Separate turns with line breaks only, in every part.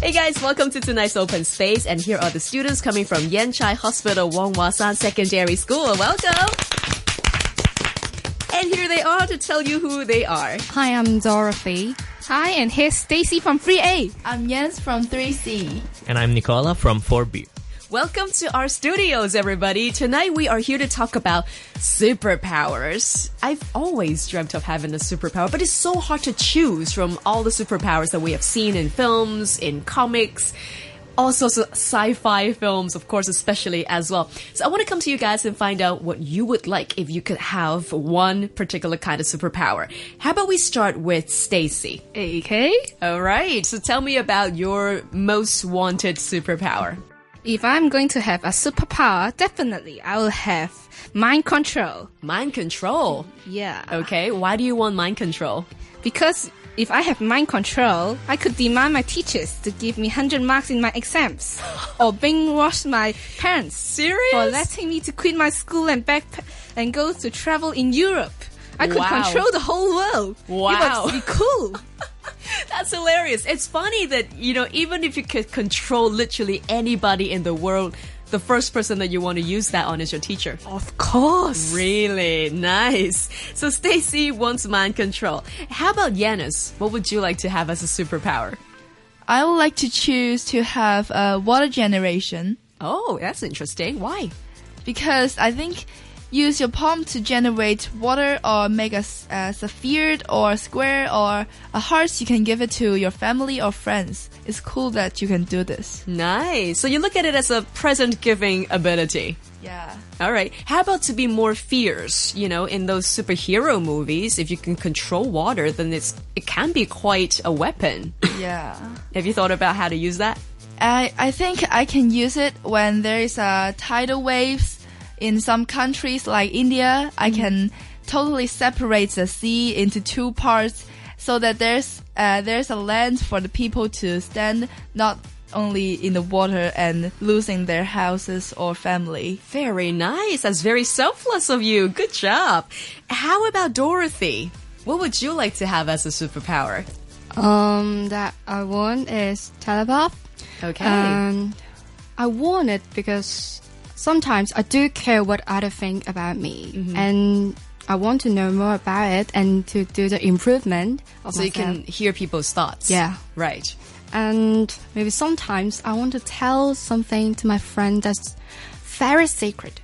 Hey guys, welcome to tonight's open space, and here are the students coming from Yen Chai Hospital Wong Wah San Secondary School. Welcome! And here they are to tell you who they are.
Hi, I'm Dorothy.
Hi, and here's Stacy from 3A.
I'm Jens from 3C.
And I'm Nicola from 4B.
Welcome to our studios, everybody. Tonight we are here to talk about superpowers. I've always dreamt of having a superpower, but it's so hard to choose from all the superpowers that we have seen in films, in comics, all sorts of sci-fi films, of course, especially as well. So I want to come to you guys and find out what you would like if you could have one particular kind of superpower. How about we start with Stacy?
Okay.
All right. So tell me about your most wanted superpower.
If I'm going to have a superpower, definitely I will have mind control.
Mind control.
Yeah.
Okay, why do you want mind control?
Because if I have mind control, I could demand my teachers to give me 100 marks in my exams or brainwash my parents.
Serious?
For letting me to quit my school and back and go to travel in Europe. I could
Wow.
control the whole world.
Wow.
It would be cool.
That's hilarious. It's funny that, you know, even if you could control literally anybody in the world, the first person that you want to use that on is your teacher.
of course.
Really nice. So Stacy wants mind control. How about Yanis? What would you like to have as a superpower?
I would like to choose to have uh, water generation
Oh, that's interesting. Why?
because I think use your palm to generate water or make a, s- a sphere or square or a heart. You can give it to your family or friends. It's cool that you can do this.
Nice. So you look at it as a present giving ability.
Yeah.
All right. How about to be more fierce? You know, in those superhero movies, if you can control water, then it's it can be quite a weapon.
Yeah.
Have you thought about how to use that?
I, I think I can use it when there is uh, tidal waves in some countries like India. I can totally separate the sea into two parts so that there's uh, there's a land for the people to stand, not only in the water and losing their houses or family.
Very nice. That's very selfless of you. Good job. How about Dorothy? What would you like to have as a superpower?
Um, that I want is telepath.
Okay.
And I want it because sometimes I do care what other think about me,
Mm-hmm.
and I want to know more about it and to do the improvement of
so you
myself.
can hear people's thoughts.
Yeah.
Right.
and maybe sometimes I want to tell something to my friend that's very secret.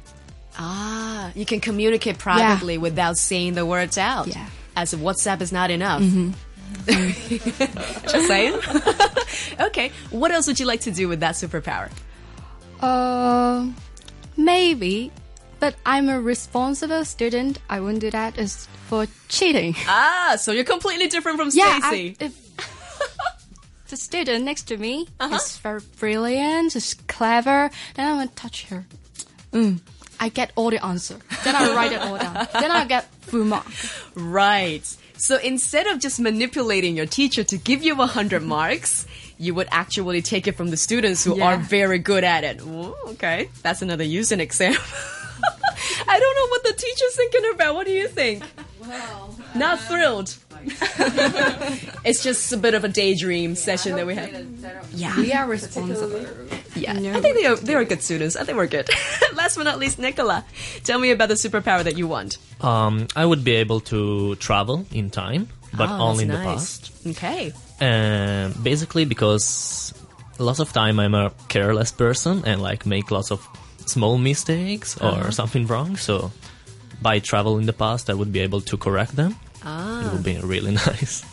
Ah, you can communicate privately without saying the words out.
Yeah. Mm-hmm.
As if WhatsApp is not enough. Just saying. okay. What else would you like to do with that superpower?
Uh, maybe. But I'm a responsible student. I wouldn't do that. Is for cheating.
Ah, so you're completely different from
yeah. I,
Stacy.
if the student next to me
Uh-huh.
is very brilliant. She's clever. Then I would touch her. Mm, I get all the answer. Then I write it all down. then I get full mark.
Right. So instead of just manipulating your teacher to give you 100
Mm-hmm.
marks, you would actually take it from the students who are very good at it. Ooh, okay. That's another use in exam. I don't know what the teacher's thinking about. What do you think?
um,
Not thrilled. it's just a bit of a daydream session that we had. Yeah.
We are responsible.
Yeah. I think they are, they are good students. I think we're good. Last but not least, Nicola, tell me about the superpower that you want.
Um, I would be able to travel in time, but
Oh,
only in
that's
the
nice.
past.
Okay.
Uh, basically, because lots of time I'm a careless person and like make lots of small mistakes or something wrong. So by travel in the past, I would be able to correct them. It would be really nice.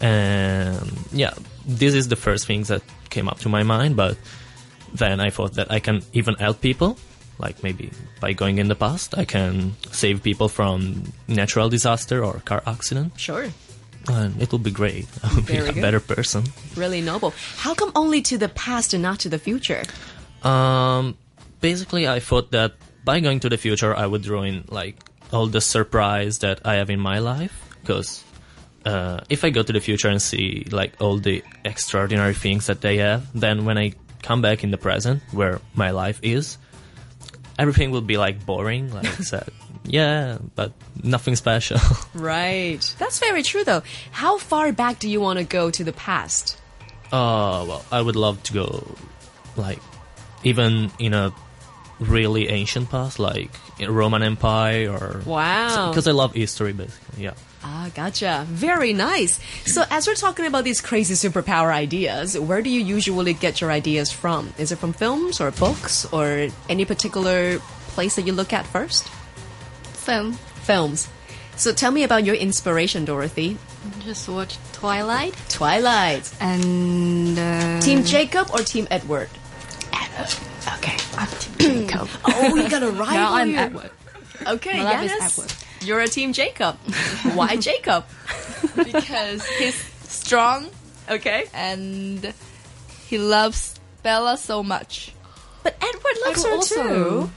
And yeah, this is the first things that came up to my mind. But then I thought that I can even help people. Like maybe by going in the past, I can save people from natural disaster or car accident
Sure.
and Uh, it will be great. I will be
Very
a
good.
better person.
really noble. How come only to the past and not to the future?
Um, basically, I thought that by going to the future, I would ruin like all the surprise that I have in my life. Because uh, if I go to the future and see like all the extraordinary things that they have, then when I come back in the present, where my life is, everything will be like boring. Like sad. yeah, but nothing special.
Right. That's very true, though. How far back do you want to go to the past?
Oh well, I would love to go, like, even in a really ancient past, like in Roman Empire or
Wow.
because I love history basically. Yeah.
Ah, gotcha. Very nice. So, as we're talking about these crazy superpower ideas, where do you usually get your ideas from? Is it from films or books or any particular place that you look at first?
Film.
Films. So, tell me about your inspiration, Dorothy.
Just watch Twilight
Twilight.
and uh,
Team Jacob or Team Edward?
Okay, I'm Team Jacob.
Oh, you got a rival.
now I'm
here.
Edward.
Okay,
My love is
yes.
Edward.
You're a Team Jacob. Why Jacob?
because he's strong
Okay.
and he loves Bella so much.
But Edward loves her
Edward also.
too.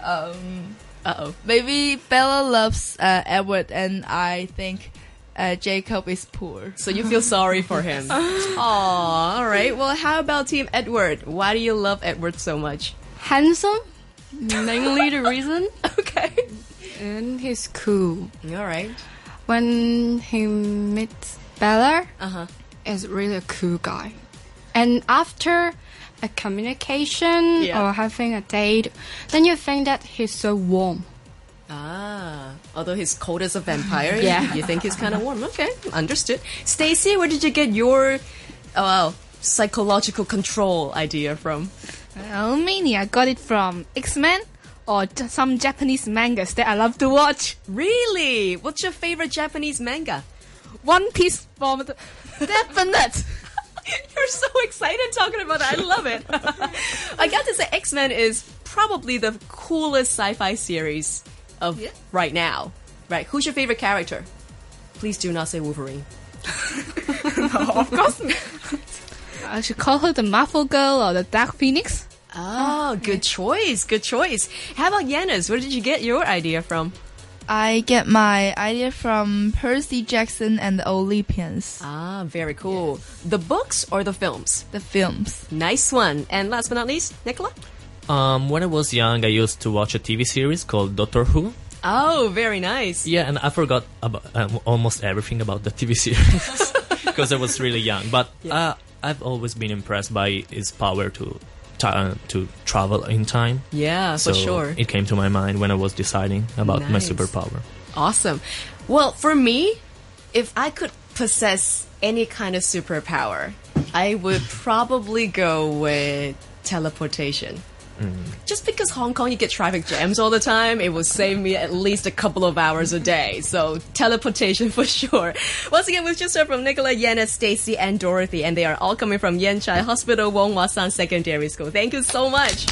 Um,
Uh oh.
maybe Bella loves uh, Edward, and I think uh, Jacob is poor.
So you feel sorry for him. Aw, all right. Well, how about Team Edward? Why do you love Edward so much?
Handsome, mainly the reason,
Okay.
and he's cool.
All right.
When he meets Bella,
Uh-huh.
is really a cool guy. And after a communication
Yeah.
or having a date, then you think that he's so warm.
Ah, although he's cold as a vampire,
Yeah.
you think he's kind of warm. Okay, understood. Stacy, where did you get your oh, wow, psychological control idea from?
Well, mainly I got it from X Men or j- some Japanese mangas that I love to watch.
Really? What's your favorite Japanese manga?
One Piece from the definite.
You're so excited talking about that. I love it. I got to say, X Men is probably the coolest sci fi series of right now. Right? Who's your favorite character? Please do not say Wolverine.
I should call her the Marvel Girl or the Dark Phoenix.
Oh, good choice. Good choice. How about Yanis? Where did you get your idea from?
I get my idea from Percy Jackson and the Olympians,
Ah, very cool. The books or the films?
the films.
Nice one. And last but not least, Nicola?
Um, when I was young, I used to watch a TV series called Doctor Who.
Oh, very nice.
Yeah, and I forgot about um, almost everything about the TV series because I was really young. But uh, I've always been impressed by its power to ta- to travel in time.
Yeah,
so
for sure.
it came to my mind when I was deciding about my
Nice.
superpower.
Awesome. Well, for me, if I could possess any kind of superpower, I would probably go with teleportation. Just because Hong Kong, you get traffic jams all the time, it will save me at least a couple of hours a day. So teleportation for sure. Once again, we've just heard from Nicola, Yana, Stacy, and Dorothy, and they are all coming from Yen Chai Hospital, Wong Wasan Secondary School. Thank you so much.